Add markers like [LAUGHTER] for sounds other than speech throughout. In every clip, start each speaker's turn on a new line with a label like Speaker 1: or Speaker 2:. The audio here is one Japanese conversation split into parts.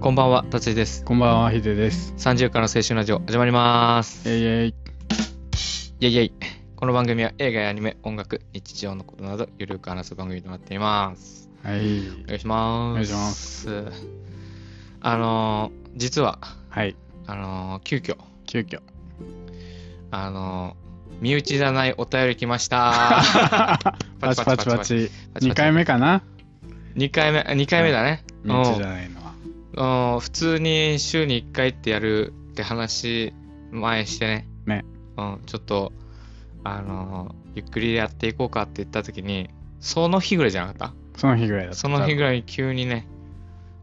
Speaker 1: こんばんは、達也です。
Speaker 2: こんばんは、ヒデです。
Speaker 1: 30から青春ラジオ始まります。
Speaker 2: えいえい。
Speaker 1: イェイイェイ。この番組は映画やアニメ、音楽、日常のことなど、ゆるく話す番組となっています。
Speaker 2: はい。
Speaker 1: お願いします。。
Speaker 2: お願いします
Speaker 1: あのー、実は、
Speaker 2: はい。
Speaker 1: あのー、急遽、
Speaker 2: 急遽。
Speaker 1: あのー、身内じゃないお便り来ま
Speaker 2: [LAUGHS]
Speaker 1: した。
Speaker 2: パチパチパチ。2回
Speaker 1: 目。
Speaker 2: 目かな
Speaker 1: 2回目、2回目だね。
Speaker 2: 道じゃないのは。
Speaker 1: うん普通に週に1回ってやるって話前してね
Speaker 2: ね
Speaker 1: うん、ちょっとあのーゆっくりやっていこうかって言った時にその日ぐらいじゃなかっ
Speaker 2: その日ぐらいだったた。
Speaker 1: その日ぐらいに急にね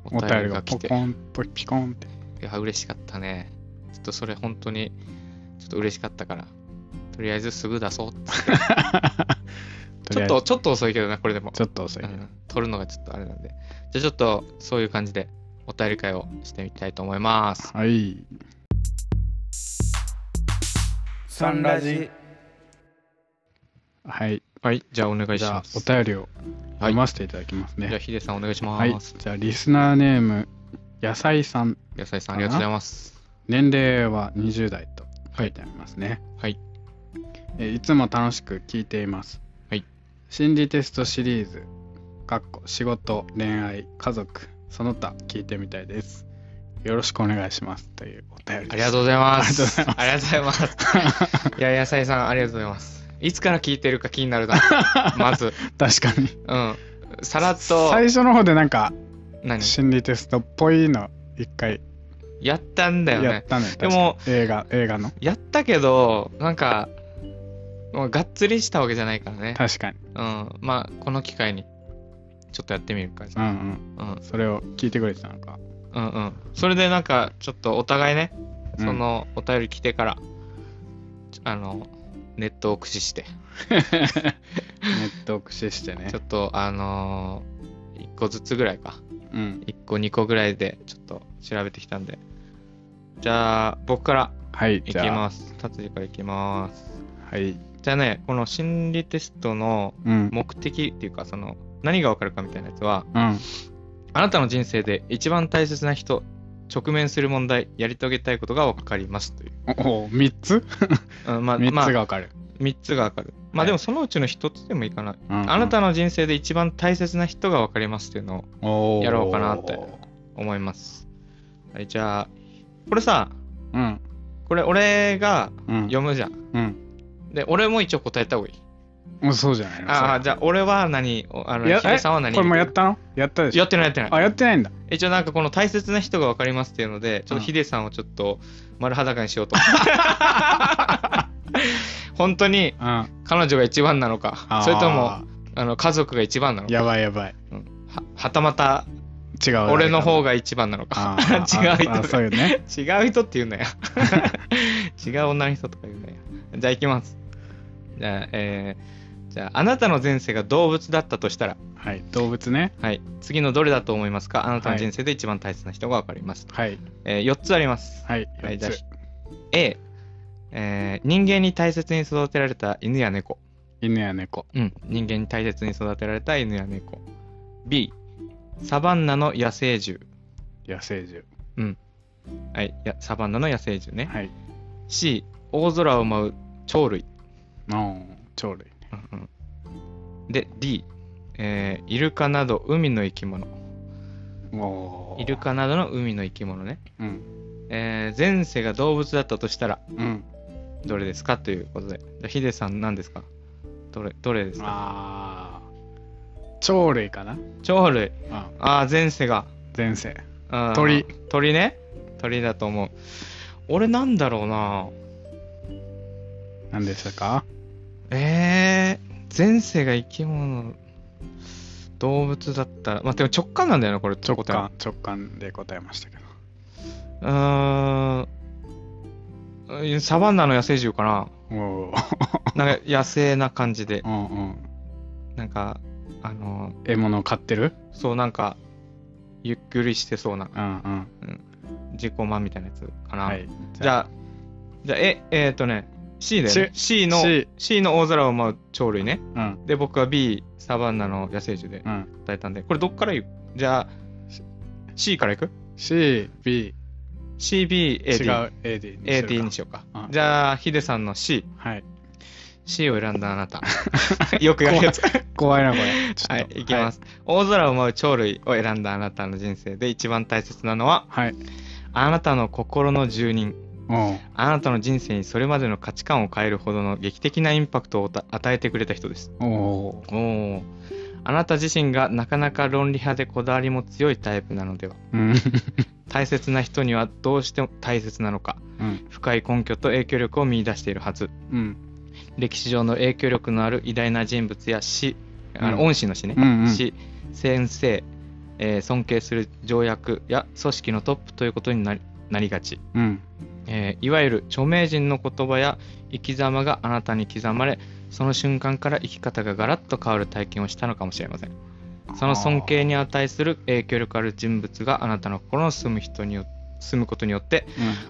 Speaker 1: お
Speaker 2: お
Speaker 1: 便
Speaker 2: 便
Speaker 1: り
Speaker 2: り
Speaker 1: が
Speaker 2: が
Speaker 1: 来
Speaker 2: ポ
Speaker 1: て
Speaker 2: コンとピコンって。
Speaker 1: いや嬉しかったねちょっとそれ本当にちょっと嬉しかったからとりあえずすぐ出そうちょっ
Speaker 2: りあえ
Speaker 1: とちょっと遅いけどなこれでも
Speaker 2: ず、ちょっと遅いけ
Speaker 1: う
Speaker 2: ど。
Speaker 1: ん撮るのがちょっとあれなんでじゃあちょっとそういう感じでお便り会をしてみたいと思います
Speaker 2: はい。
Speaker 3: サンラジ
Speaker 2: はい。
Speaker 1: はい、じゃあお願いし
Speaker 2: じゃ
Speaker 1: ま
Speaker 2: あ、
Speaker 1: す。
Speaker 2: お便りを読ませていただきます
Speaker 1: じゃあ、
Speaker 2: ね。
Speaker 1: ヒデさんお願いしま
Speaker 2: はい。
Speaker 1: す。
Speaker 2: じゃあ、リスナーネーム、野菜さん。
Speaker 1: 野菜さん、ありがとうございます。
Speaker 2: 年齢は20代と書いてありますね。
Speaker 1: はい。
Speaker 2: えーいつも楽しく聞いています。
Speaker 1: はい。
Speaker 2: 心理テストシリーズ、かっこ仕事、恋愛、家族、その他聞いてみたいです。よろしくお願いしますというお便りです。
Speaker 1: ありがとうございます。ありがとうございます。 [LAUGHS] いや、野菜さん、ありがとうございます。いつから聞いてるか気になるな。 [LAUGHS] まず、
Speaker 2: 確かに。
Speaker 1: うん。さらっと、
Speaker 2: 最初の方でなんか
Speaker 1: 何
Speaker 2: 心理テストっぽいの一回
Speaker 1: やったんだよ
Speaker 2: やっ
Speaker 1: ね。
Speaker 2: たね。
Speaker 1: でも
Speaker 2: 確かに映画、映画の。
Speaker 1: やったけど、なんか、もうがっつりしたわけじゃないからね。
Speaker 2: 確かに。
Speaker 1: うん。まあ、この機会に、ちょっとやってみるか。じ
Speaker 2: う
Speaker 1: ゃ
Speaker 2: ん
Speaker 1: あ
Speaker 2: うん。
Speaker 1: うん。
Speaker 2: それを聞いてくれてたのか。
Speaker 1: [LAUGHS]
Speaker 2: [LAUGHS]
Speaker 1: うんうん。それでなんか、ちょっとお互いね、
Speaker 2: うん
Speaker 1: そのお便り来てから、ちょあの、ネットを駆使して、
Speaker 2: ネットを駆使してね
Speaker 1: ちょ。っとあのー、1個ずつぐらいか。
Speaker 2: うん。
Speaker 1: 1個2個ぐらいでちょっと調べてきたんで。じゃあ、僕から
Speaker 2: はい、
Speaker 1: いき
Speaker 2: じゃあ。
Speaker 1: ます。達治からいきます。
Speaker 2: はい。
Speaker 1: じゃあね、この心理テストの
Speaker 2: うん。
Speaker 1: 目的っていうか、その、何がわかるかみたいなやつは、
Speaker 2: うん。
Speaker 1: あなたの人生で一番大切な人、直面する問題、やり遂げたいことがわかりますという。
Speaker 2: おお、3つ
Speaker 1: うん、まあ、
Speaker 2: 三
Speaker 1: まあ
Speaker 2: つがわかる。
Speaker 1: 3つがわかる。まあ
Speaker 2: はい
Speaker 1: でもそのうちの1つでもいいかな。
Speaker 2: うんうん
Speaker 1: あなたの人生で一番大切な人が分かりますっていうのを
Speaker 2: おー
Speaker 1: やろうかなって思います。はい、じゃあ、これさ、
Speaker 2: うん。
Speaker 1: これ俺が
Speaker 2: うん。
Speaker 1: 読むじゃん。
Speaker 2: うん。
Speaker 1: で、俺も一応答えた方がいい。
Speaker 2: もうそうじゃないの
Speaker 1: ああ、じ
Speaker 2: ゃ
Speaker 1: ゃあ俺は何をあの、
Speaker 2: や
Speaker 1: ヒデさんは何
Speaker 2: これもやったのやったでしょ
Speaker 1: やってないやってない。
Speaker 2: あ、やってないんだ。
Speaker 1: 一応なんかこの大切な人が分かりますっていうので、ちょっとヒデさんをちょっと丸裸にしよう
Speaker 2: [LAUGHS]
Speaker 1: と。本当に
Speaker 2: うん。
Speaker 1: 彼女が一番なの
Speaker 2: あ
Speaker 1: か
Speaker 2: ー、
Speaker 1: それともあの家族が一番なのか。
Speaker 2: やばいやばい。
Speaker 1: うんははたまた
Speaker 2: 違う。
Speaker 1: 俺の方が一番なのか [LAUGHS]
Speaker 2: あー。あー
Speaker 1: 違う
Speaker 2: あー
Speaker 1: 人
Speaker 2: そうよね。
Speaker 1: 違う人って言うなよ [LAUGHS] 違う女の人とか言うなよじゃあ行きますじゃあえーじゃああなたの前世が動物だったとしたら、
Speaker 2: はい。動物ね。
Speaker 1: はい、次のどれだと思いますかあなたの
Speaker 2: はい
Speaker 1: 人生で一番大切な人が分かります、
Speaker 2: はい。
Speaker 1: え4つあります、
Speaker 2: はい。
Speaker 1: はい、
Speaker 2: 四
Speaker 1: じゃあ
Speaker 2: つ
Speaker 1: A、えー人間に大切に育てられた犬や猫
Speaker 2: 犬や猫。
Speaker 1: うん、人間に大切に育てられた犬や猫 B サバンナの野生獣
Speaker 2: 野生獣。
Speaker 1: はい、やサバンナの野生獣ね。
Speaker 2: はい。
Speaker 1: C、大空を舞う鳥類。
Speaker 2: の鳥類。
Speaker 1: うんうんで、D、えーイルカなど海の生き物。
Speaker 2: おー
Speaker 1: イル。カなどの海の生き物ね。
Speaker 2: うん。
Speaker 1: えー前世が動物だったとしたら、
Speaker 2: うん。
Speaker 1: どれですかということで。じゃあヒデさん、何ですかどれどれですか
Speaker 2: あー。鳥類かな
Speaker 1: 鳥類。
Speaker 2: うん。
Speaker 1: ああ、前世が。
Speaker 2: 前世。
Speaker 1: あー
Speaker 2: 鳥。
Speaker 1: 鳥ね。鳥だと思う。俺なんだろうな。
Speaker 2: 何でしたか
Speaker 1: えー、前世が生き物動物だったらまあでも直感なんだよなこれ
Speaker 2: 直
Speaker 1: 答えは
Speaker 2: 感、直感で答えましたけど。
Speaker 1: うーんサバンナの野生獣かな
Speaker 2: おー。
Speaker 1: なんか野生な感じで
Speaker 2: うんうん。
Speaker 1: なんかあの
Speaker 2: 獲物を飼ってる
Speaker 1: そうなんかゆっくりしてそうな
Speaker 2: うんうん。
Speaker 1: 自己満みたいなやつかな、
Speaker 2: はい。
Speaker 1: じゃあじゃあええー、っとね C だよね C の
Speaker 2: C
Speaker 1: C, の大空を舞う鳥類ね
Speaker 2: あ、うん
Speaker 1: で僕は B サバンナの野生獣で
Speaker 2: うん。
Speaker 1: 答えたんでこれどっから言うじゃあ C からいく
Speaker 2: C、B、
Speaker 1: CB、
Speaker 2: 違う
Speaker 1: AD。
Speaker 2: AD にするか
Speaker 1: AD にしようか
Speaker 2: う。ん
Speaker 1: じゃあ、ヒデさんの C。
Speaker 2: はい。
Speaker 1: C を選んだあな
Speaker 2: [LAUGHS]
Speaker 1: た。よくやるやつ。
Speaker 2: 怖いな、これ。ちょっと
Speaker 1: はい、いきます。大空を舞う鳥類を選んだあなたの人生で一番大切なのは、
Speaker 2: はい。
Speaker 1: あなたの心の住人。
Speaker 2: はい、うん。
Speaker 1: あなたの人生にそれまでの価値観を変えるほどの劇的なインパクトをた与えてくれた人です。
Speaker 2: おお、
Speaker 1: おーあなた自身がなかなか論理派でこだわりも強いタイプなのでは
Speaker 2: うん、
Speaker 1: 大切な人にはどうしても大切なのか
Speaker 2: うん、
Speaker 1: 深い根拠と影響力を見出しているはず
Speaker 2: うん、
Speaker 1: 歴史上の影響力のある偉大な人物や師あの
Speaker 2: うん
Speaker 1: 恩師の師ね、
Speaker 2: うんうん
Speaker 1: 師先生、えー尊敬する条約や組織のトップということになりなりがち
Speaker 2: うん、
Speaker 1: えーいわゆる著名人の言葉や生き様があなたに刻まれその瞬間から生き方がガラッと変わる体験をしたのかもしれませんその尊敬に値する影響力ある人物があなたの心の住む人によ住むことによって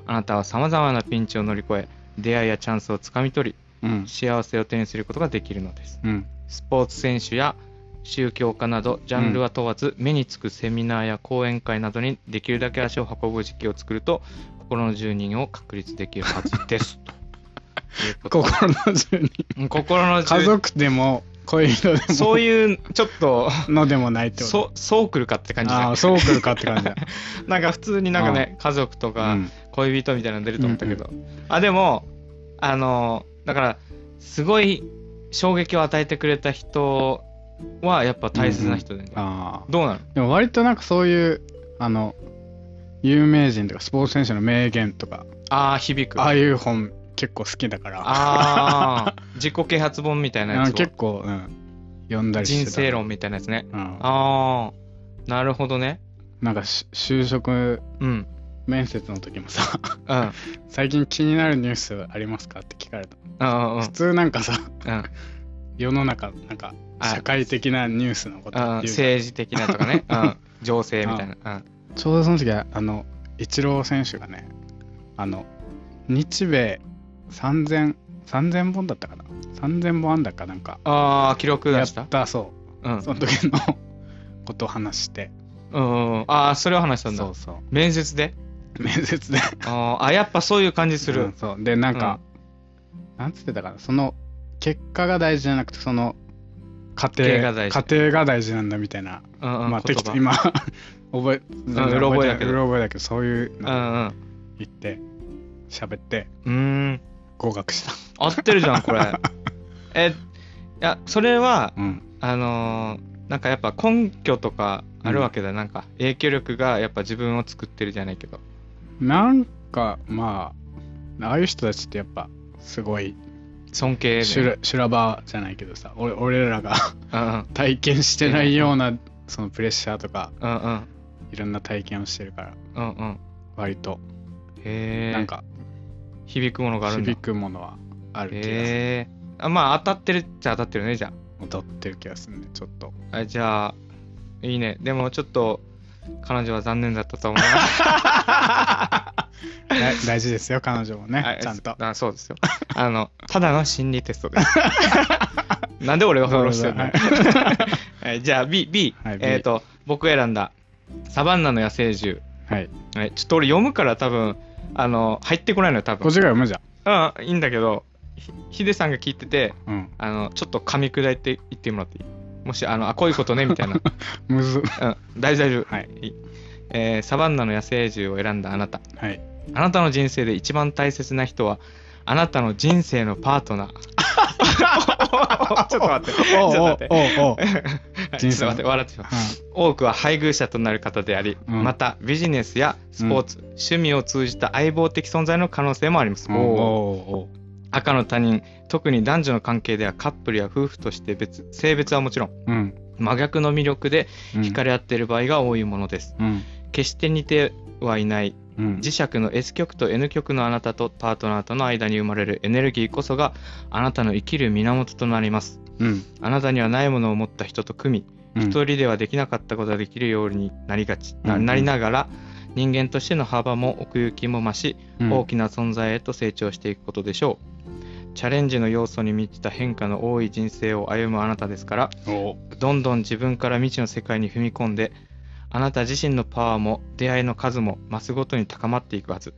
Speaker 1: あなたはさまざまなピンチを乗り越え出会いやチャンスをつかみ取
Speaker 2: うん、うん
Speaker 1: り、幸せを手にすることができるのです
Speaker 2: うん、
Speaker 1: スポーツ選手や宗教家などジャンルは問わず、目につくセミナーや講演会などにできるだけ足を運ぶ時期を作ると心の住人を確立できるはずです
Speaker 2: [LAUGHS]
Speaker 1: ということ
Speaker 2: 心の住人。
Speaker 1: うん心の住
Speaker 2: 家
Speaker 1: 人
Speaker 2: 族でも恋人でも
Speaker 1: そういうちょっと
Speaker 2: のでもないってこと
Speaker 1: そそうくるかって感じ
Speaker 2: ああー、
Speaker 1: だ
Speaker 2: そうくるかって感じだ。
Speaker 1: [LAUGHS] なんか普通になんかね家族とか
Speaker 2: うん
Speaker 1: 恋人みたいなの出ると思ったけど、あでもあのだからすごい衝撃を与えてくれた人はやっぱ大切な人だよね、
Speaker 2: あ
Speaker 1: どうなの
Speaker 2: あ、でも割となんかそういう、あの、有名人とかスポーツ選手の名言とか、
Speaker 1: ああ響く
Speaker 2: ああいう本結構好きだから、
Speaker 1: ああ、自己啓発本みたいなや
Speaker 2: う
Speaker 1: つ
Speaker 2: ん結構、うん、読んだ
Speaker 1: を。
Speaker 2: りして
Speaker 1: 人
Speaker 2: た。
Speaker 1: 生論みたいなやつね。
Speaker 2: うん。
Speaker 1: ああ、なるほどね。
Speaker 2: なんかし就職
Speaker 1: うん。
Speaker 2: 面接の時もさ、 [LAUGHS]
Speaker 1: うん。うん
Speaker 2: 最近気になるニュースありますかって聞かれた。
Speaker 1: うんうん
Speaker 2: 普通なんかさ、
Speaker 1: うん
Speaker 2: 世の中、なんか
Speaker 1: あ
Speaker 2: 社会的なニュースのこと
Speaker 1: うん。
Speaker 2: 言うじゃん
Speaker 1: 政治的なとかね。
Speaker 2: [LAUGHS]
Speaker 1: うん。情勢みたいな。うん。
Speaker 2: ちょうどその時はあのイチロー選手がねあの日米3000 3000本だったかな3000本安打かなんか
Speaker 1: ああ、記録
Speaker 2: や
Speaker 1: 出
Speaker 2: っ
Speaker 1: した。
Speaker 2: たそ
Speaker 1: うん
Speaker 2: う。その時の [LAUGHS] ことを話して
Speaker 1: うん。ああ、それを話したん
Speaker 2: そ
Speaker 1: だ
Speaker 2: う。そ
Speaker 1: 面接で。
Speaker 2: う面接で
Speaker 1: あーあ、やっぱそういう感じす
Speaker 2: う
Speaker 1: る
Speaker 2: ん。そうでなんか、なんつってたかなその結果が大事じゃなくてその家庭
Speaker 1: 家庭が大事
Speaker 2: 家庭が大事なんだみたいな、
Speaker 1: うんうん。
Speaker 2: ま
Speaker 1: 言
Speaker 2: あ適当
Speaker 1: 葉
Speaker 2: 今覚
Speaker 1: [LAUGHS]
Speaker 2: え全然
Speaker 1: うんうろ覚え
Speaker 2: な
Speaker 1: だ
Speaker 2: い
Speaker 1: けど
Speaker 2: うろ覚えだけどそういう
Speaker 1: う
Speaker 2: の
Speaker 1: んうん。
Speaker 2: 言って喋って
Speaker 1: うーん。
Speaker 2: 合格した
Speaker 1: 合ってるじゃん、こ
Speaker 2: [LAUGHS]
Speaker 1: れ。え、いや、それは、
Speaker 2: うん
Speaker 1: あのーなんかやっぱ根拠とかあるわけだ、なんか影響力がやっぱ自分を作ってるじゃないけど
Speaker 2: なんかまあああいう人たちってやっぱすごい
Speaker 1: 尊敬
Speaker 2: 修羅修羅場じゃないけどさ俺俺らが [LAUGHS]
Speaker 1: うんうん
Speaker 2: 体験してないようなそのプレッシャーとか
Speaker 1: うんうん
Speaker 2: いろんな体験をしてるから
Speaker 1: うんうん
Speaker 2: 割と
Speaker 1: へえ
Speaker 2: なんか
Speaker 1: 響くものがあるんだ
Speaker 2: 響くものはある気がする、
Speaker 1: へえあまあ当たってるっちゃ当たってるねじゃ
Speaker 2: 踊ってる気がするねちょっと
Speaker 1: ああじゃあいいねでもちょっと彼女は残念だったと思う
Speaker 2: [LAUGHS] だ [LAUGHS] 大事ですよ彼女も
Speaker 1: な
Speaker 2: ね
Speaker 1: あ
Speaker 2: ちゃんと
Speaker 1: あそうですよあのただの心理テスト
Speaker 2: [LAUGHS]
Speaker 1: ですなんで俺がフォローしてるの
Speaker 2: はい
Speaker 1: はい、じゃあ B、B、
Speaker 2: はい B
Speaker 1: えっ、と、僕選んだ、サバンナの野生獣。
Speaker 2: はい
Speaker 1: はい、ちょっと俺読むから多分、あの、入ってこないのよ、多
Speaker 2: こ
Speaker 1: 分。
Speaker 2: っちが読むじゃん
Speaker 1: うん、いいんだけど、ひヒデさんが聞いてて、
Speaker 2: うん
Speaker 1: あの、ちょっと噛み砕いて言ってもらっていいもし、あの、あ、こういうことね、みたい
Speaker 2: [LAUGHS]
Speaker 1: な。
Speaker 2: むず
Speaker 1: うん、大丈夫大丈夫。
Speaker 2: はい
Speaker 1: えーサバンナの野生獣を選んだあなた。
Speaker 2: はい
Speaker 1: あなたの人生で一番大切な人は、あなたの人生のパートナ
Speaker 2: [LAUGHS]
Speaker 1: ー。 [LAUGHS] ちょっと待って、ちょっと待って。
Speaker 2: おうおうおうおう
Speaker 1: はいちょ
Speaker 2: 人
Speaker 1: っと
Speaker 2: 生の
Speaker 1: 待って、笑ってしまう
Speaker 2: はい
Speaker 1: 多くは配偶者となる方であり、
Speaker 2: うん
Speaker 1: またビジネスやスポーツ、趣味を通じた相棒的存在の可能性もあります、
Speaker 2: おうおうおう
Speaker 1: 赤の他人特に男女の関係ではカップルや夫婦として別性別はもちろん
Speaker 2: うん
Speaker 1: 真逆の魅力で
Speaker 2: うん
Speaker 1: 惹かれ合っている場合が多いものです、
Speaker 2: うん
Speaker 1: 決して似てはいない
Speaker 2: うん
Speaker 1: 磁石の S 極と N 極のあなたとパートナーとの間に生まれるエネルギーこそがあなたの生きる源となります
Speaker 2: うん
Speaker 1: あなたにはないものを持った人と組み
Speaker 2: うん
Speaker 1: 一人ではできなかったことができるようになりがち、
Speaker 2: うんう
Speaker 1: なんなりながら人間としての幅も奥行きも増し、大きな存在へと成長していくことでしょうチャレンジの要素に満ちた変化の多い人生を歩むあなたですから
Speaker 2: お
Speaker 1: どんどん自分から未知の世界に踏み込んであなた自身のパワーも出会いの数も増すごとに高まっていくはず。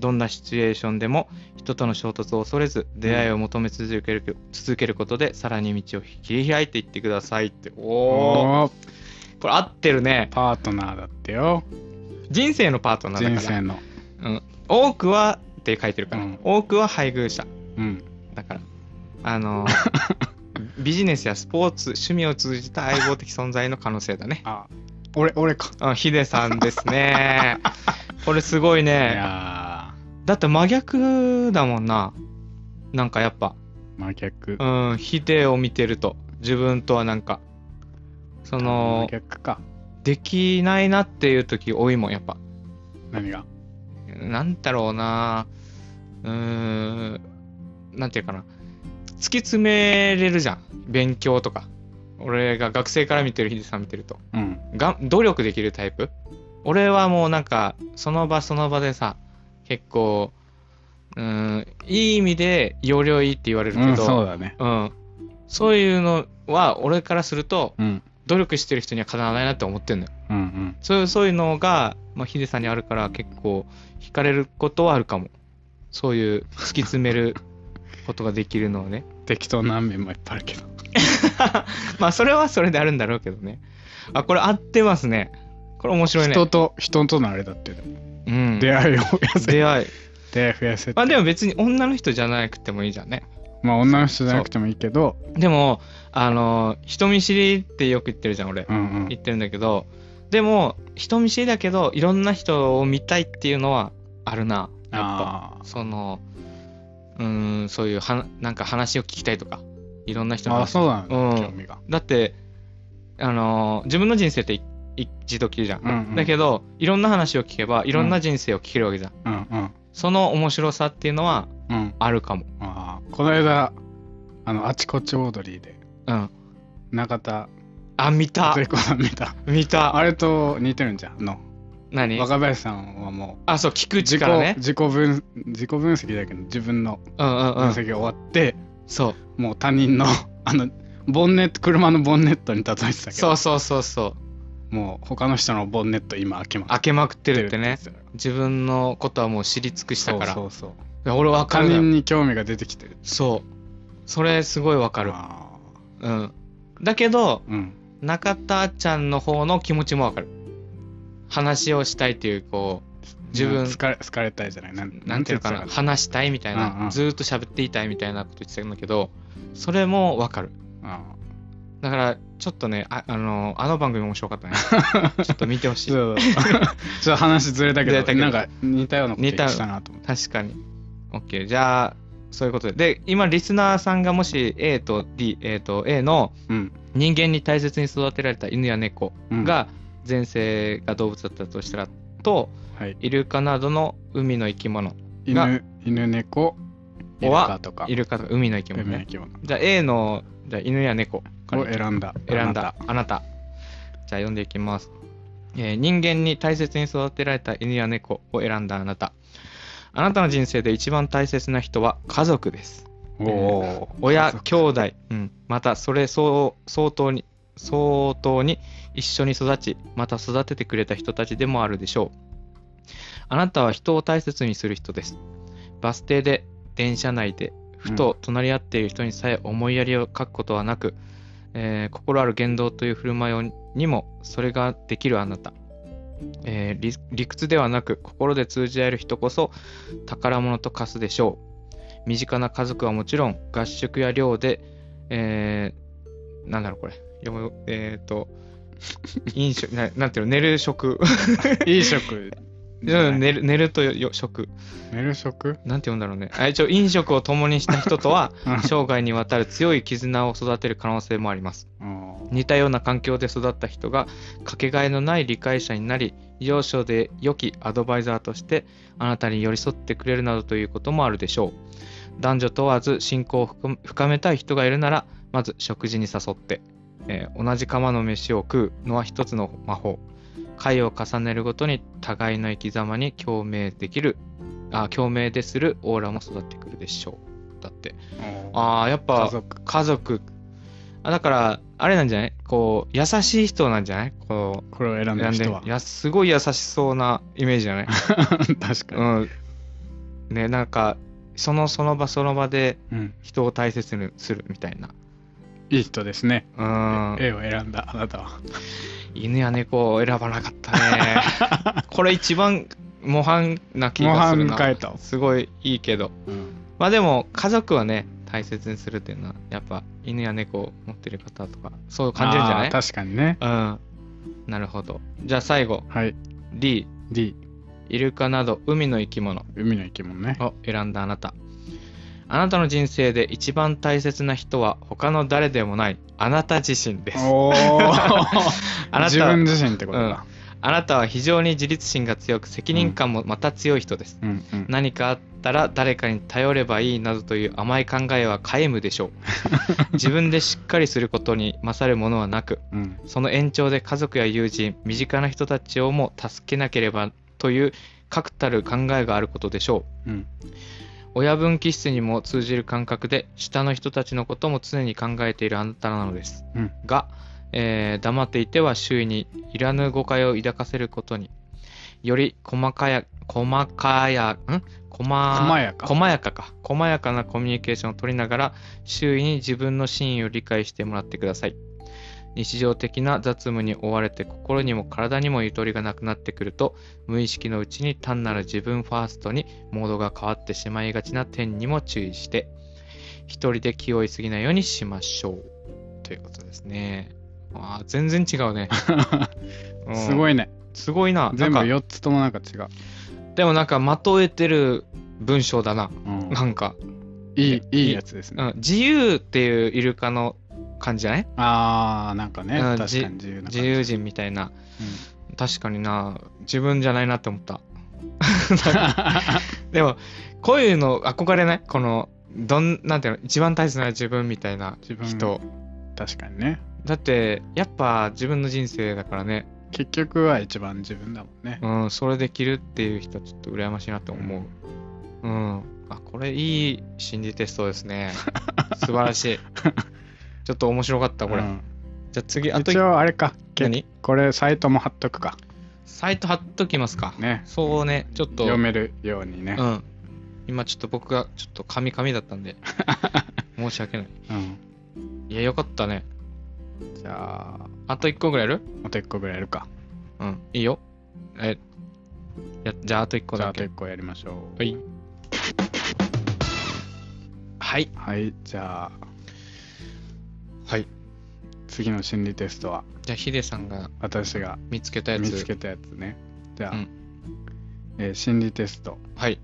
Speaker 1: どんなシチュエーションでも人との衝突を恐れず出会いを求め続ける,、続けることでさらに道を切り開いていってくださいっておお
Speaker 2: おー
Speaker 1: これ合ってるね
Speaker 2: パートナーだってよ
Speaker 1: 人生のパートナーだか
Speaker 2: 人
Speaker 1: ら
Speaker 2: 生の
Speaker 1: うん、多くはって書いてるから、
Speaker 2: うん
Speaker 1: 多くは配偶者
Speaker 2: うん
Speaker 1: だからあ
Speaker 2: [LAUGHS]
Speaker 1: のービジネスやスポーツ趣味を通じた相棒的存在の可能性だね
Speaker 2: あ俺俺か
Speaker 1: あヒデさんです
Speaker 2: [LAUGHS]
Speaker 1: ねこれすごい
Speaker 2: い
Speaker 1: ね
Speaker 2: や
Speaker 1: だって真逆だもんななんかやっぱ
Speaker 2: ー真逆
Speaker 1: うんヒデを見てると自分とはなんかそ
Speaker 2: 真
Speaker 1: の
Speaker 2: 逆か
Speaker 1: できないなっていう時多いもんやっぱ
Speaker 2: 何が
Speaker 1: なんだろうなうーん、なんていうかな。突き詰めれるじゃん。勉強とか。俺が学生から見てるヒデさん見てると。
Speaker 2: うん
Speaker 1: がん努力できるタイプ俺はもうなんか、その場その場でさ、結構、うーん、いい意味で要領いいって言われるけ
Speaker 2: うんそう
Speaker 1: ど、
Speaker 2: だね
Speaker 1: うん、そういうのは俺からすると、
Speaker 2: うん
Speaker 1: 努力してる人にはかなわないなって思ってんのよ。
Speaker 2: うんうん
Speaker 1: そうそういうのが、まあ、ヒデさんにあるから結構惹かれることはあるかも。そういう突き詰めることができるのをね。 [LAUGHS]
Speaker 2: 適当な面もいっぱいあるけど
Speaker 1: まあそれはそれであるんだろうけどね。あ、これ合ってますね。これ面白いね。
Speaker 2: 人と人とのあれだってでも
Speaker 1: うん、
Speaker 2: 出会いを増やせ
Speaker 1: 出会い。
Speaker 2: 出会い増やせって
Speaker 1: まあでも別に女の人じゃなくてもいいじゃんね。
Speaker 2: まあ女の人じゃなくてもいいけど
Speaker 1: でも、あの、人見知りってよく言ってるじゃん、俺。
Speaker 2: うんうん
Speaker 1: 言ってるんだけど、でも、人見知りだけど、いろんな人を見たいっていうのはあるな。やっぱ。
Speaker 2: あー
Speaker 1: そのうーんそういうはなんか話を聞きたいとかいろんな人の
Speaker 2: あ
Speaker 1: 話
Speaker 2: そうなんだ
Speaker 1: うん
Speaker 2: 興味が
Speaker 1: だってあのー自分の人生ってい一度きりじゃん、
Speaker 2: うんうん
Speaker 1: だけどいろんな話を聞けばいろんな人生を聞けるわけじゃん、
Speaker 2: うんうん
Speaker 1: その面白さっていうのは
Speaker 2: うん
Speaker 1: あるかも
Speaker 2: あーこの間あのあちこちオードリーで
Speaker 1: うん
Speaker 2: 中田
Speaker 1: あ見た
Speaker 2: 聖子さん見た
Speaker 1: 見た
Speaker 2: あれと似てるんじゃんあの
Speaker 1: 何
Speaker 2: 若林さんはも
Speaker 1: あそう聞
Speaker 2: う
Speaker 1: く
Speaker 2: 自己,、
Speaker 1: 力ね
Speaker 2: 自己分自己分析だけど自分の
Speaker 1: うんうんう
Speaker 2: 分
Speaker 1: ん
Speaker 2: 析が終わって、
Speaker 1: そう
Speaker 2: もう他人の [LAUGHS] あのボンネット車のボンネットに例えてたけ
Speaker 1: そ
Speaker 2: ど
Speaker 1: うそうそうそう
Speaker 2: もう他の人のボンネット今開けまく
Speaker 1: 開けまくってるって
Speaker 2: 言
Speaker 1: ね
Speaker 2: たから
Speaker 1: 自分のことはもう知り尽くしたから
Speaker 2: そうそうそう
Speaker 1: いや俺わか
Speaker 2: 他
Speaker 1: るな
Speaker 2: 人に興味が出てきてる
Speaker 1: そうそれすごいわかる
Speaker 2: あ
Speaker 1: うん。だけど、
Speaker 2: ーうん
Speaker 1: 中田ちゃんの方の気持ちもわかる。話をしたいという、こう、自分、
Speaker 2: 好かれ好かれたいじゃないなん
Speaker 1: なんていうのかな、
Speaker 2: て
Speaker 1: 話したいみたい
Speaker 2: うんう
Speaker 1: な、
Speaker 2: ん
Speaker 1: ずーっと喋っていたいみたいなこと言ってたんだけど、それもわかる。
Speaker 2: 言ったかなあ
Speaker 1: だから、ちょっとね、ああの、あの番組面白かったね。ちょっと見てほし
Speaker 2: ー
Speaker 1: い。
Speaker 2: そうそうちょっと [LAUGHS] 話ずれたけ
Speaker 1: ず
Speaker 2: ど
Speaker 1: れたけど
Speaker 2: なんか似たようなこと言
Speaker 1: 似
Speaker 2: ったてたなと思って
Speaker 1: 確かに。OK。じゃあ、そういうことで。で、今、リスナーさんがもし A と D、えーと A の
Speaker 2: うん
Speaker 1: 人間に大切に育てられた犬や猫
Speaker 2: うん
Speaker 1: が前世が動物だったとしたら、と、
Speaker 2: はい
Speaker 1: イルカなどの海の生き物が
Speaker 2: 犬犬猫イル
Speaker 1: おわ
Speaker 2: カとか
Speaker 1: イルカとか海の生き物
Speaker 2: 海の生
Speaker 1: ね
Speaker 2: き物
Speaker 1: じゃあ A のじゃあ犬や猫から
Speaker 2: を選んだ
Speaker 1: 選ん
Speaker 2: あな
Speaker 1: だあなたじゃあ読んでいきます、えー人間に大切に育てられた犬や猫を選んだあなたあなたの人生で一番大切な人は家族です
Speaker 2: たおお
Speaker 1: 親
Speaker 2: 家族
Speaker 1: 兄弟、うん、またそれそう相当に相当に一緒に育ちまた育ててくれた人たちでもあるでしょうあなたは人を大切にする人ですバス停で電車内でふと隣り合っている人にさえ思いやりを書くことはなく、えー心ある言動という振る舞いにもそれができるあなた、えー理理屈ではなく心で通じ合える人こそ宝物と化すでしょう身近な家族はもちろん合宿や寮で、えー、なんだろうこれ読むえっ、と飲食ななんていうの寝る食
Speaker 2: い
Speaker 1: [LAUGHS]
Speaker 2: い食じゃ
Speaker 1: う
Speaker 2: なんい
Speaker 1: 寝る寝るとよよ食
Speaker 2: 寝る食
Speaker 1: なんて読んだろうねあ一応飲食を共にした人とは
Speaker 2: う
Speaker 1: 生涯にわたる強い絆を育てる可能性もあります
Speaker 2: ん
Speaker 1: 似たような環境で育った人がかけがえのない理解者になり要所で良きアドバイザーとしてあなたに寄り添ってくれるなどということもあるでしょう男女問わず親交を深深めたい人がいるならまず食事に誘って、えー同じ釜の飯を食うのは一つの魔法回を重ねるごとに互いの生き様に共鳴できるあ共鳴でするオーラも育ってくるでしょうだって
Speaker 2: あ
Speaker 1: あーやっぱ
Speaker 2: 家族
Speaker 1: 家族あだから、あれなんじゃないこう、優しい人なんじゃないこ
Speaker 2: これを選
Speaker 1: う、
Speaker 2: んだ人はい
Speaker 1: や、すごい優しそうなイメージ
Speaker 2: [LAUGHS]
Speaker 1: じゃない
Speaker 2: 確かに、
Speaker 1: うん。ね、なんか、そのその場その場で
Speaker 2: うん、
Speaker 1: 人を大切にするみたいな。
Speaker 2: いい人ですね
Speaker 1: うん。
Speaker 2: A を選んだあなたは
Speaker 1: 犬や猫を選ばなかったね
Speaker 2: [LAUGHS]
Speaker 1: これ一番模範な気
Speaker 2: 模
Speaker 1: がする
Speaker 2: 範
Speaker 1: な
Speaker 2: 変えた、
Speaker 1: すごいいいけど
Speaker 2: うん
Speaker 1: まあでも家族はね大切にするっていうのはやっぱ犬や猫を持ってる方とかそう感じるんじゃな
Speaker 2: あ
Speaker 1: い
Speaker 2: ー確かにね
Speaker 1: うんなるほどじゃあ最後
Speaker 2: はい
Speaker 1: D
Speaker 2: D
Speaker 1: イルカなど海の生き物
Speaker 2: 海の生き物ね
Speaker 1: を選んだあなたあなたの人生で一番大切な人は他の誰でもないあなた自身です
Speaker 2: おお
Speaker 1: [LAUGHS] あな
Speaker 2: 自
Speaker 1: たは
Speaker 2: 分自身ってことだ、
Speaker 1: あなたは非常に自立心が強く責任感もまた強い人です。
Speaker 2: うんうん
Speaker 1: 何かあったら誰かに頼ればいいなどという甘い考えは皆無でしょう。
Speaker 2: [LAUGHS]
Speaker 1: 自分でしっかりすることに勝るものはなく、
Speaker 2: うん
Speaker 1: その延長で家族や友人、身近な人たちをも助けなければという確たる考えがあることでしょう。
Speaker 2: うん
Speaker 1: 親分気質にも通じる感覚で下の人たちのことも常に考えているあなたなのです、
Speaker 2: うん
Speaker 1: が、えー黙っていては周囲にいらぬ誤解を抱かせることにより細かや細かやん細
Speaker 2: 細やか
Speaker 1: 細やかか細やかなコミュニケーションを取りながら周囲に自分の真意を理解してもらってください日常的な雑務に追われて心にも体にもゆとりがなくなってくると無意識のうちに単なる自分ファーストにモードが変わってしまいがちな点にも注意して一人で気負いすぎないようにしましょうということですねあー全然違うね、
Speaker 2: [LAUGHS]
Speaker 1: うん
Speaker 2: すごいね
Speaker 1: すごいな
Speaker 2: 全部
Speaker 1: なんか
Speaker 2: 4つともなんか違う、
Speaker 1: でもなんかまとえてる文章だな
Speaker 2: うん
Speaker 1: なんか、
Speaker 2: いい
Speaker 1: いい
Speaker 2: いいやつです
Speaker 1: う
Speaker 2: ね、
Speaker 1: ん、自由っていうイルカの感じじゃない
Speaker 2: ああなんかね、
Speaker 1: うん
Speaker 2: 確かに自由な感じ
Speaker 1: 自由人みたいな確かにな自分じゃないなって思った [LAUGHS] でもこういうの憧れないこのどんなんていうの一番大切な自分みたいな
Speaker 2: 自分
Speaker 1: 人
Speaker 2: うん確かにね
Speaker 1: だってやっぱ自分の人生だからね、
Speaker 2: 結局は一番自分だもんね、
Speaker 1: うん、それできるっていう人はちょっと羨ましいなと思ううんあこれいい心理テストですね素晴らしい
Speaker 2: [LAUGHS]
Speaker 1: ちょっと面白かったこれ、
Speaker 2: うん
Speaker 1: じゃあ次あと
Speaker 2: 一応あれかけ
Speaker 1: 何
Speaker 2: これサイトも貼っとくか
Speaker 1: サイト貼っときますか
Speaker 2: ね
Speaker 1: そうねちょっと
Speaker 2: 読めるようにね
Speaker 1: う、ん今ちょっと僕がちょっとカミカミだった
Speaker 2: [LAUGHS]
Speaker 1: んで申し訳ない
Speaker 2: うん
Speaker 1: いやよかったね
Speaker 2: じゃあ
Speaker 1: あと1個ぐらいやる
Speaker 2: あと1個ぐらいやるか
Speaker 1: うん、いいよ。え、やじゃああと1個
Speaker 2: じゃああ
Speaker 1: だ
Speaker 2: と
Speaker 1: け。
Speaker 2: 1個やりましょう
Speaker 1: はい。はい。
Speaker 2: はいじゃあ
Speaker 1: はい。
Speaker 2: 次の心理テストは
Speaker 1: じゃあヒデさんが
Speaker 2: 私が
Speaker 1: 見つけたやつ。
Speaker 2: 見つけたやつねじゃあ、
Speaker 1: うん
Speaker 2: えー心理テスト
Speaker 1: はい。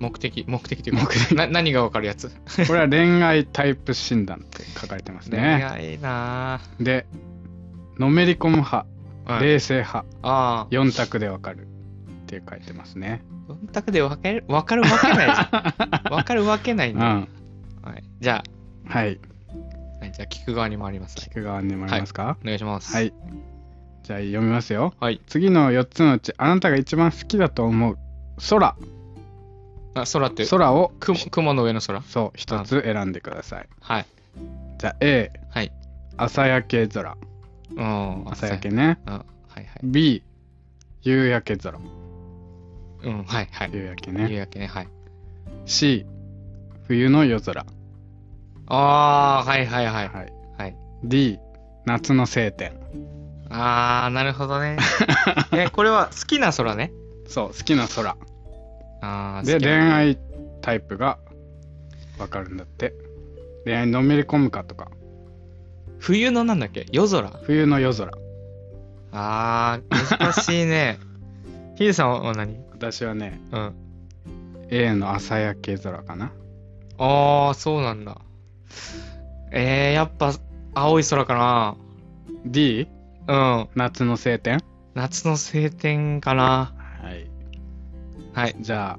Speaker 1: 目的、目的というか、な何がわかるやつ
Speaker 2: これは恋愛タイプ診断って書かれてますね。
Speaker 1: 長いな
Speaker 2: で、のめり込む派、
Speaker 1: ぁ。うん、
Speaker 2: 冷静派、
Speaker 1: ああ。
Speaker 2: 4択で分かるって書いてますね。
Speaker 1: 4択で分かる分かるわけないじゃ
Speaker 2: [LAUGHS]
Speaker 1: ん。分かるわけない
Speaker 2: うんん。
Speaker 1: だ。
Speaker 2: は
Speaker 1: はい、じゃ
Speaker 2: い。
Speaker 1: あ、はいじゃあ聞く側にもあります、
Speaker 2: 聞く側にもらえますか、
Speaker 1: お願いします。
Speaker 2: はい、。じゃあ読みますよ。
Speaker 1: はい。
Speaker 2: 次の4つのうち、あなたが一番好きだと思う空、
Speaker 1: あ空って、
Speaker 2: 空を、
Speaker 1: 雲雲の上の空
Speaker 2: そう、1つ選んでください。
Speaker 1: はい。
Speaker 2: じゃあ A、
Speaker 1: はい。
Speaker 2: 朝焼け空。
Speaker 1: うん。
Speaker 2: 朝焼けね。
Speaker 1: うん。はいはい。
Speaker 2: B、夕焼け空。
Speaker 1: うん。はいはい。
Speaker 2: 夕焼け
Speaker 1: 夕
Speaker 2: ね。
Speaker 1: 焼けね。はい。
Speaker 2: C、冬の夜空。
Speaker 1: ああ、はいはいはい。
Speaker 2: はい。
Speaker 1: はい、
Speaker 2: D 夏の晴天
Speaker 1: ああ、なるほど
Speaker 2: [LAUGHS]
Speaker 1: ね。え、これは好きな空ね。
Speaker 2: そう好きな空
Speaker 1: ああ、
Speaker 2: で
Speaker 1: 好き
Speaker 2: 恋
Speaker 1: な
Speaker 2: 愛タイプが分かるんだって恋愛にのめり込むかとか
Speaker 1: 冬のなんだっけ夜空。
Speaker 2: 冬の夜空
Speaker 1: ああ、難しいね。
Speaker 2: [LAUGHS]
Speaker 1: ヒデさんは何
Speaker 2: 私はね
Speaker 1: うん。
Speaker 2: A の朝焼け空かな
Speaker 1: ああ、そうなんだ。えー、やっぱ青い空か
Speaker 2: D
Speaker 1: な。うん。
Speaker 2: 夏の晴天
Speaker 1: 夏の晴天かな。
Speaker 2: はい
Speaker 1: はい。
Speaker 2: じゃあ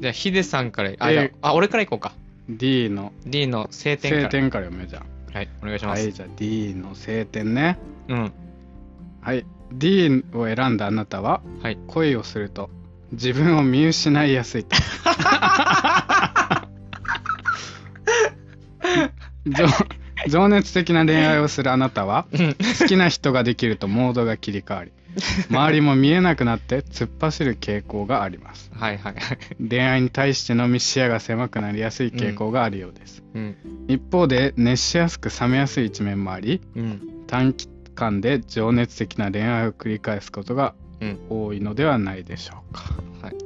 Speaker 1: じゃあ、ヒデさんから、あ、
Speaker 2: えー
Speaker 1: じゃああ俺から行こうか。
Speaker 2: D の
Speaker 1: D の晴天から。
Speaker 2: 晴天から読めじゃん
Speaker 1: はい、お願いしま
Speaker 2: は
Speaker 1: す。
Speaker 2: いじゃあ D の晴天ね
Speaker 1: うん。
Speaker 2: はい D を選んだあなたは、
Speaker 1: はい
Speaker 2: 恋をすると自分を見失いやす
Speaker 1: [LAUGHS]
Speaker 2: いと上情熱的な恋愛をするあなたは
Speaker 1: うん
Speaker 2: 好きな人ができるとモードが切り替わり周りも見えなくなって突っ走る傾向があります
Speaker 1: はいはい [LAUGHS] はい。
Speaker 2: 恋愛に対してのみ視野が狭くなりやすい傾向があるようです、
Speaker 1: うん。
Speaker 2: 一方で熱しやすく冷めやすい一面もあり
Speaker 1: うん。
Speaker 2: 短期間で情熱的な恋愛を繰り返すことが
Speaker 1: うん
Speaker 2: 多いのではないでしょうか、
Speaker 1: はい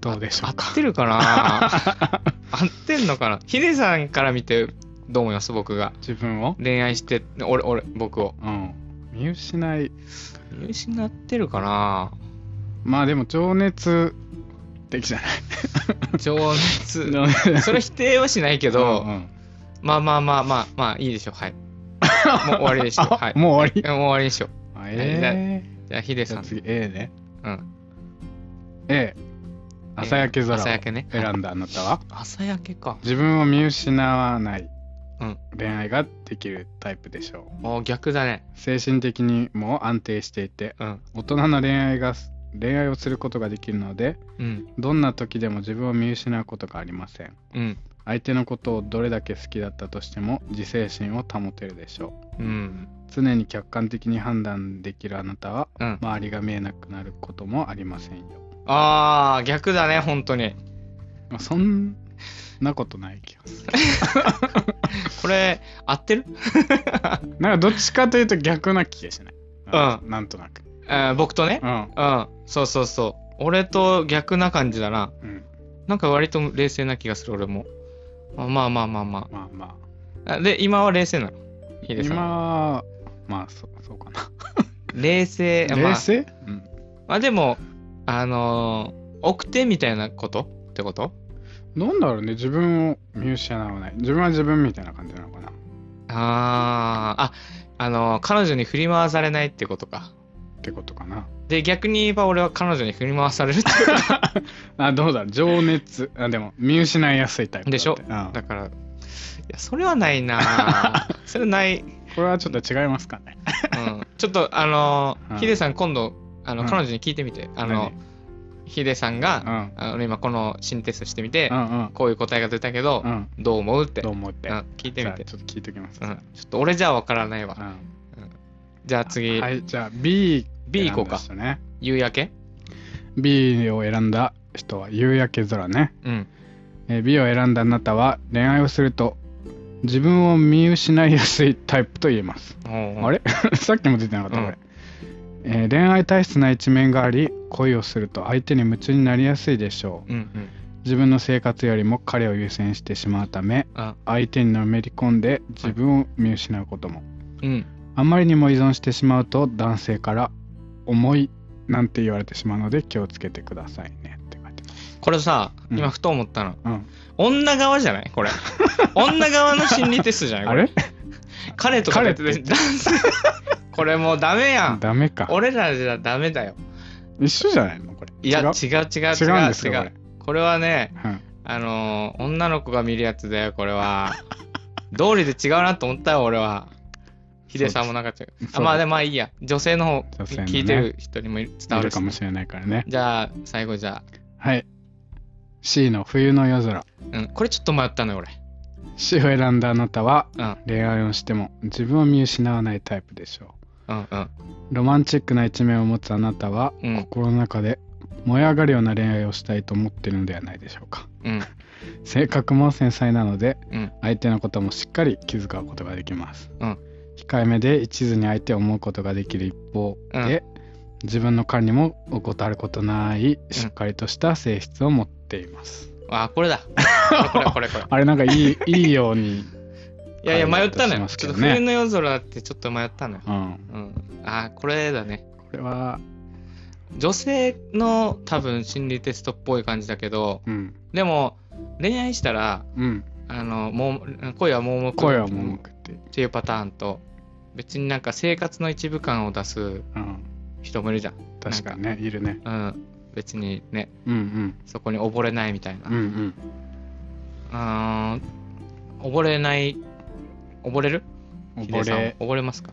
Speaker 2: どうでしょ
Speaker 1: 合
Speaker 2: うか
Speaker 1: ってるかな
Speaker 2: [LAUGHS]
Speaker 1: 合ってんのかなヒデさんから見て、どう思います僕が。
Speaker 2: 自分を
Speaker 1: 恋愛して、俺、俺、僕を。
Speaker 2: うん見失い
Speaker 1: 見失ってるかな
Speaker 2: まあでも情熱的じゃない
Speaker 1: 情熱。
Speaker 2: [LAUGHS] 情熱
Speaker 1: それ否定はしないけ
Speaker 2: う
Speaker 1: ど
Speaker 2: ん、うん
Speaker 1: まあまあまあまあ、まあいいでしょう。はい。もう終わりでし
Speaker 2: [LAUGHS]
Speaker 1: ょう。はい。も
Speaker 2: もう終
Speaker 1: う終わりでしょう。
Speaker 2: わりえ
Speaker 1: じゃあ、ヒデ
Speaker 2: ー、じ
Speaker 1: さ
Speaker 2: ゃあ
Speaker 1: ん。
Speaker 2: 次 A ね
Speaker 1: うん。
Speaker 2: A 朝焼け空を
Speaker 1: 朝
Speaker 2: 選
Speaker 1: 焼けね。
Speaker 2: んだあなたは
Speaker 1: 朝焼けか。
Speaker 2: 自分を見失わない
Speaker 1: うん
Speaker 2: 恋愛ができるタイプでしょ
Speaker 1: お逆だね
Speaker 2: う。精神的にも安定していて
Speaker 1: うん。
Speaker 2: 大人の恋愛が恋愛をすることができるので
Speaker 1: うん。
Speaker 2: どんな時でも自分を見失うことがありません
Speaker 1: うん。
Speaker 2: 相手のことをどれだけ好きだったとしても自制心を保てるでしょう
Speaker 1: うん。
Speaker 2: 常に客観的に判断できるあなたは
Speaker 1: うん。
Speaker 2: 周りが見えなくなることもありませんよ、
Speaker 1: ああ、逆だね、本当に。
Speaker 2: まあ、そんなことない気がする [LAUGHS]
Speaker 1: これ、合ってる
Speaker 2: なんかどっちかというと逆な気がしない
Speaker 1: うん
Speaker 2: なんとなく
Speaker 1: うん僕とね。
Speaker 2: うん
Speaker 1: うん。そうそうそう。俺と逆な感じだな。
Speaker 2: うん
Speaker 1: なんか割と冷静な気がする、俺も。あまあまあまあま
Speaker 2: まあま
Speaker 1: あ。あで、今は冷静なの。ヒ
Speaker 2: あ
Speaker 1: デさんは。
Speaker 2: 今はまあそそうかな
Speaker 1: 冷静。まあ
Speaker 2: 冷、静、うん、
Speaker 1: まあでも、あのー、奥手みたいなことってこと
Speaker 2: なんだろうね自分を見失わない自分は自分みたいな感じなのかなっ
Speaker 1: ああ、あ、あのー、彼女に振り回されないってことか。
Speaker 2: てことかな
Speaker 1: で、逆に言えば俺は彼女に振り回されるってこと
Speaker 2: あどうだ情熱あでも見失いやすいタイプだって
Speaker 1: でしょ
Speaker 2: うん、
Speaker 1: だから、いや、それはない
Speaker 2: [LAUGHS]
Speaker 1: なぁそれない。うん。
Speaker 2: これはちょっと違いますかね
Speaker 1: ちょっと、あの
Speaker 2: う
Speaker 1: ー、
Speaker 2: ん
Speaker 1: ヒデさん今度、あの、
Speaker 2: うん
Speaker 1: 彼女に聞いてみて。あの、ヒデさん
Speaker 2: 何
Speaker 1: が、あの、今この新テストしてみて
Speaker 2: う、んうん
Speaker 1: こういう答えが出たけど
Speaker 2: う、ん
Speaker 1: どう思うって。
Speaker 2: どう思って
Speaker 1: うん聞いてみ
Speaker 2: じゃあ
Speaker 1: て。
Speaker 2: ちょっと聞いておきます、
Speaker 1: うん。ちょっと俺じゃわからないわ
Speaker 2: う。ん
Speaker 1: じゃあ次、
Speaker 2: はい、じゃあ B
Speaker 1: B 行こうか
Speaker 2: 選んだ人ね
Speaker 1: 夕焼け
Speaker 2: B を選んだ人は夕焼け空ね、
Speaker 1: うん。
Speaker 2: えー B を選んだあなたは恋愛をすると自分を見失いやすいタイプと言えます、あ
Speaker 1: あ
Speaker 2: れ [LAUGHS] さっきも出てなかった
Speaker 1: うん
Speaker 2: これ、えー恋愛体質な一面があり恋をすると相手に夢中になりやすいでしょう
Speaker 1: うんうん。
Speaker 2: 自分の生活よりも彼を優先してしまうため
Speaker 1: あ、
Speaker 2: 相手にのめり込んで自分を見失うことも、
Speaker 1: うん。
Speaker 2: あまりにも依存してしまうと男性から重いなんて言われてしまうので気をつけてくださいねって書いてます。
Speaker 1: これさ、
Speaker 2: うん
Speaker 1: 今ふと思ったの。
Speaker 2: うん、
Speaker 1: 女側じゃない
Speaker 2: [LAUGHS]
Speaker 1: これ。女側の心理テストじゃないこ
Speaker 2: あれ
Speaker 1: 彼とか別
Speaker 2: 彼
Speaker 1: で男性。 [LAUGHS] これもうダメやん。
Speaker 2: ダメか。
Speaker 1: 俺らじゃダメだよ。
Speaker 2: 一緒じゃないのこれ。
Speaker 1: いや、違う
Speaker 2: 違う
Speaker 1: 違う違う
Speaker 2: 違うんですよ
Speaker 1: 違
Speaker 2: これ
Speaker 1: う。これはね、
Speaker 2: うん
Speaker 1: あのー女の子が見るやつだよ、これ
Speaker 2: [LAUGHS]
Speaker 1: は。道理で違うなと思ったよ、俺は。ヒデさんもなんか違う。
Speaker 2: です
Speaker 1: あまあでもまあいいや。女性の方
Speaker 2: 女性のね
Speaker 1: 聞いてる人にも伝わ
Speaker 2: い
Speaker 1: る
Speaker 2: る
Speaker 1: し
Speaker 2: か。もしれないからね。
Speaker 1: じゃあ、最後じゃ
Speaker 2: はい。C の冬の夜空。
Speaker 1: あ、うん、これちょっと迷ったのよ、俺。
Speaker 2: C を選んだあなたは
Speaker 1: うん、
Speaker 2: 恋愛をしても自分を見失わないタイプでしょ
Speaker 1: うん、うん。
Speaker 2: う。ロマンチックな一面を持つあなたは、
Speaker 1: うん
Speaker 2: 心の中で燃え上がるような恋愛をしたいと思ってるのではないでしょうか。
Speaker 1: うん、
Speaker 2: 性格も繊細なので
Speaker 1: うん。
Speaker 2: 相手のこともしっかり気遣うことができます、
Speaker 1: うん
Speaker 2: 控えめで一途に相手を思うことができる一方で、自分の管理も怠ることないしっかりとした性質を持っています、
Speaker 1: あ、これだ。これこ
Speaker 2: [LAUGHS]
Speaker 1: れこれ。
Speaker 2: あれなんかい
Speaker 1: [LAUGHS]
Speaker 2: いいいように、
Speaker 1: いやいや、
Speaker 2: はい
Speaker 1: 迷ったの
Speaker 2: し
Speaker 1: よ。
Speaker 2: ます
Speaker 1: ち
Speaker 2: け
Speaker 1: ょっ
Speaker 2: ど
Speaker 1: と
Speaker 2: ね
Speaker 1: 冬の夜空だってちょっと迷ったのよ。
Speaker 2: うん、
Speaker 1: うん。あ、これだね。
Speaker 2: これは、
Speaker 1: 女性の多分心理テストっぽい感じだけど、
Speaker 2: うん
Speaker 1: でも、恋愛したら、
Speaker 2: うん、
Speaker 1: あの、もう、恋は盲目。
Speaker 2: 声は盲目って、
Speaker 1: っていうパターンと、別になんか生活の一部感を出す
Speaker 2: うん、
Speaker 1: 人もいるじゃん。
Speaker 2: 確かにねいるね
Speaker 1: うん。別にね、
Speaker 2: うん
Speaker 1: そこに溺れないみたいな。
Speaker 2: うんうんうん
Speaker 1: うーん溺れない溺れるヒデ
Speaker 2: 溺
Speaker 1: さん
Speaker 2: れ
Speaker 1: 溺れますか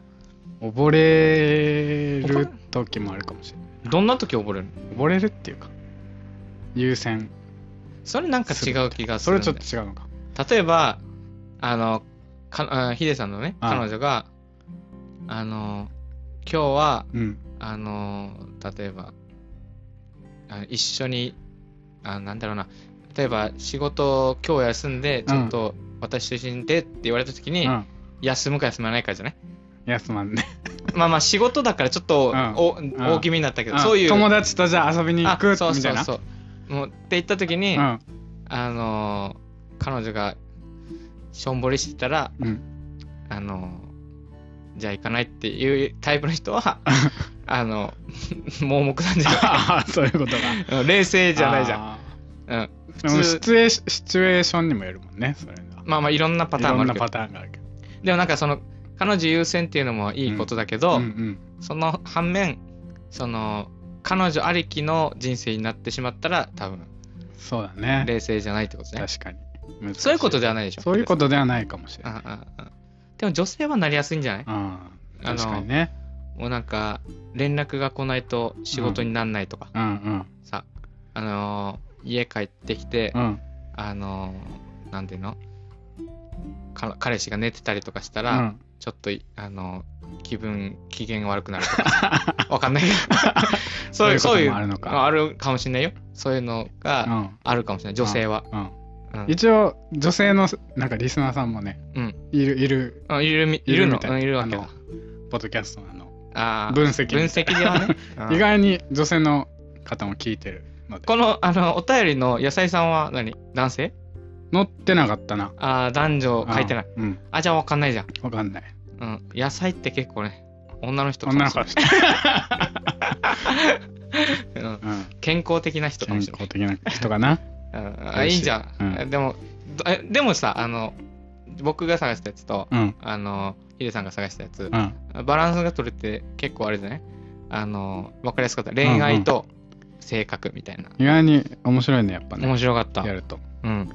Speaker 2: 溺れる時もあるかもしれない
Speaker 1: どんな時溺れるの
Speaker 2: 溺れるっていうか優先
Speaker 1: それなんか違う気がす
Speaker 2: そ
Speaker 1: る
Speaker 2: れ
Speaker 1: んだ
Speaker 2: ちょ
Speaker 1: よ
Speaker 2: っと違うのか
Speaker 1: 例えばあのかあヒデさんのね
Speaker 2: あ
Speaker 1: 彼女があの今日は
Speaker 2: うん
Speaker 1: あの例えばあ一緒にあなんだろうな例えば仕事を今日休んでちょっと私と一緒にでって言われた時に、
Speaker 2: うん
Speaker 1: 休むか休まないかじゃない
Speaker 2: 安まんね
Speaker 1: まあまあ仕事だからちょっと
Speaker 2: うん
Speaker 1: お
Speaker 2: ん
Speaker 1: 大きめになったけど、そういう
Speaker 2: 友達とじゃあ遊びに行くみたい
Speaker 1: あそ
Speaker 2: な
Speaker 1: うそうそうもうって言った時に、
Speaker 2: うん
Speaker 1: あのー彼女がしょんぼりしてたら、
Speaker 2: うん [LAUGHS]
Speaker 1: あのーじゃあ行かないっていうタイプの人
Speaker 2: [LAUGHS]
Speaker 1: はあの盲目なんじゃない
Speaker 2: ああそういうことか [LAUGHS]
Speaker 1: うん冷静じゃないじゃん、
Speaker 2: ん
Speaker 1: うん、普
Speaker 2: でもシ
Speaker 1: 通
Speaker 2: チュエーシシチュエーションにもよるもんねそれが
Speaker 1: まあまあいろんなパターン
Speaker 2: い
Speaker 1: も
Speaker 2: ろ
Speaker 1: ある
Speaker 2: んな
Speaker 1: けど
Speaker 2: パターンがあるけど
Speaker 1: でもなんかその彼女優先っていうのもいいことだけど、
Speaker 2: うんうん
Speaker 1: その反面その彼女ありきの人生になってしまったら多分
Speaker 2: そうだね
Speaker 1: 冷静じゃないってことね
Speaker 2: 確かに難し
Speaker 1: そういうことではないでしょ
Speaker 2: そういうことではないかもしれない
Speaker 1: あああでも女性はなりやすいんじゃない
Speaker 2: うん
Speaker 1: あの
Speaker 2: 確かにね
Speaker 1: もうなんか連絡が来ないと仕事になんないとか、
Speaker 2: うんうん
Speaker 1: さあのー家帰ってきて、
Speaker 2: うん
Speaker 1: あのーなんていうのか彼氏が寝てたりとかした
Speaker 2: う
Speaker 1: ら、
Speaker 2: ん
Speaker 1: ちょっといあのー気分機嫌が悪くなるとか
Speaker 2: [LAUGHS]
Speaker 1: わかんないけどそういう
Speaker 2: そ
Speaker 1: そうう
Speaker 2: い
Speaker 1: いうう
Speaker 2: こともあるのか
Speaker 1: あるかもしれないよそういうの
Speaker 2: う
Speaker 1: が
Speaker 2: ん
Speaker 1: あるかもしれない女性は、
Speaker 2: うん
Speaker 1: うん
Speaker 2: 一応女性のなんかリスナーさんもね
Speaker 1: うん
Speaker 2: いるいる
Speaker 1: あいるみい
Speaker 2: い
Speaker 1: る
Speaker 2: る
Speaker 1: の
Speaker 2: みたいな
Speaker 1: うんいるわけ
Speaker 2: あ
Speaker 1: だ
Speaker 2: のポッドキャストのあの
Speaker 1: あー
Speaker 2: 分析
Speaker 1: 分析ではねうん
Speaker 2: [LAUGHS] 意外に女性の方も聞いてるので
Speaker 1: このあのお便りの野菜さんは何男性
Speaker 2: 乗ってなかったな
Speaker 1: あー男女書いてない
Speaker 2: うんうん
Speaker 1: あじゃあ分かんないじゃん、
Speaker 2: わかんない
Speaker 1: うん、野菜って結構ね女の人かも
Speaker 2: 女の
Speaker 1: し
Speaker 2: 子
Speaker 1: れ
Speaker 2: はして
Speaker 1: [LAUGHS] ないうん
Speaker 2: うん
Speaker 1: 健康的な人か
Speaker 2: 健
Speaker 1: もしれ
Speaker 2: 康的な人かな
Speaker 1: ない、うん、あいいじゃん、
Speaker 2: うん
Speaker 1: でもどえでもさあの僕が探したやつと
Speaker 2: うん
Speaker 1: あのヒデさんが探したやつ
Speaker 2: うん
Speaker 1: バランスが取れて結構あれじゃないあの分かりやすかった恋愛と性格みたいな、
Speaker 2: 意外に面白いねやっぱね
Speaker 1: 面白かった
Speaker 2: やると
Speaker 1: うん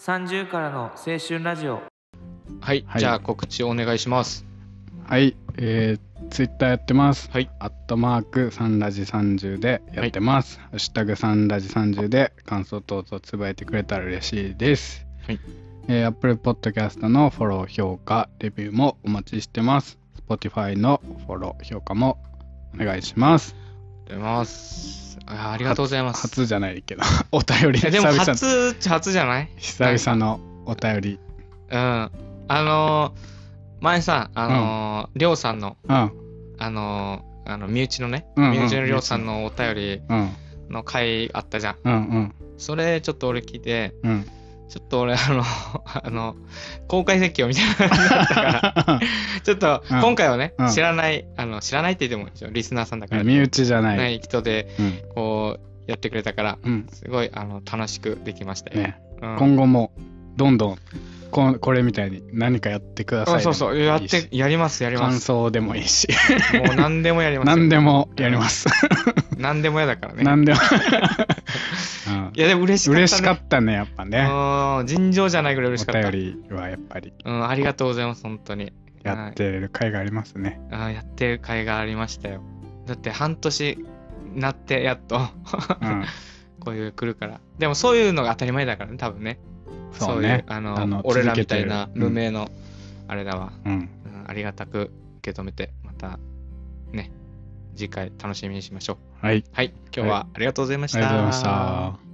Speaker 3: 30からの青春ラジオ
Speaker 1: はい、
Speaker 2: はい
Speaker 1: じゃあ告知お願いします
Speaker 2: はいえー、ツイッターやってます
Speaker 1: はい
Speaker 2: アットマークサンラジ30でやってます、ハッシュタグサンラジ30で感想等々つぶやいてくれたら嬉しいです
Speaker 1: はい
Speaker 2: えー、Apple Podcast のフォロー評価レビューもお待ちしてます Spotify のフォロー評価もお願いします
Speaker 1: ありがとうございますあーありがとうございます
Speaker 2: 初じゃないけど [LAUGHS] お便り
Speaker 1: いやでも
Speaker 2: 久々
Speaker 1: 初初じゃない
Speaker 2: 久々のお便り
Speaker 1: うん。あのー前さ、あのーりょうさんの、
Speaker 2: うん
Speaker 1: あのーあの、身内のね、
Speaker 2: うんうん
Speaker 1: 身内のりょうさんのお便り
Speaker 2: うん
Speaker 1: の回あったじゃん。
Speaker 2: うんうん
Speaker 1: それ、ちょっと俺聞いて、
Speaker 2: うん
Speaker 1: ちょっと俺、あの、 [LAUGHS] あの、公開説教みたいな感じだったから、
Speaker 2: [LAUGHS]
Speaker 1: ちょっと、
Speaker 2: うん
Speaker 1: 今回はね、
Speaker 2: うん
Speaker 1: 知らない、あの、知らないって言っても一応、リスナーさんだから、
Speaker 2: 身内じゃない。
Speaker 1: ない人で、
Speaker 2: うん。
Speaker 1: こう、やってくれたから、
Speaker 2: うん。
Speaker 1: すごい、あの、楽しくできましたよ。
Speaker 2: ね、
Speaker 1: うん
Speaker 2: 今後もどんどんここれみたいに何かやってください、
Speaker 1: あそうそう、やっ
Speaker 2: いい
Speaker 1: て
Speaker 2: し、
Speaker 1: やります、やりま
Speaker 2: 感
Speaker 1: す。
Speaker 2: 想でもいいし、
Speaker 1: もう何でもやりますよ。
Speaker 2: [LAUGHS] 何でもや
Speaker 1: [LAUGHS]
Speaker 2: ります。
Speaker 1: 何でも嫌だからね。
Speaker 2: 何
Speaker 1: [LAUGHS]
Speaker 2: でも、
Speaker 1: いやでも嬉し
Speaker 2: う
Speaker 1: かった、
Speaker 2: ん。
Speaker 1: ね。
Speaker 2: 嬉しかったね、やっぱね。
Speaker 1: うん尋常じゃないぐらい
Speaker 2: お
Speaker 1: 嬉しかった。
Speaker 2: 便りはやっぱり
Speaker 1: うん、ありがとうございます、本当に。
Speaker 2: やってる甲斐がありますね。
Speaker 1: あやってる甲斐がありましたよ。だって半年なって、やっと、 [LAUGHS]
Speaker 2: うん。
Speaker 1: こういう来るから。でもそういうのが当たり前だからね、多分ね。
Speaker 2: そうね
Speaker 1: いうあの
Speaker 2: あの
Speaker 1: 俺らみたいな
Speaker 2: 続けてる
Speaker 1: 無
Speaker 2: うん
Speaker 1: 名の、あれだわ、
Speaker 2: うん。
Speaker 1: うんありがたく受け止めて、また、ね、次回楽しみにしましょう。
Speaker 2: はい。
Speaker 1: はい、今日はありがとうございま
Speaker 2: ありがとうございました。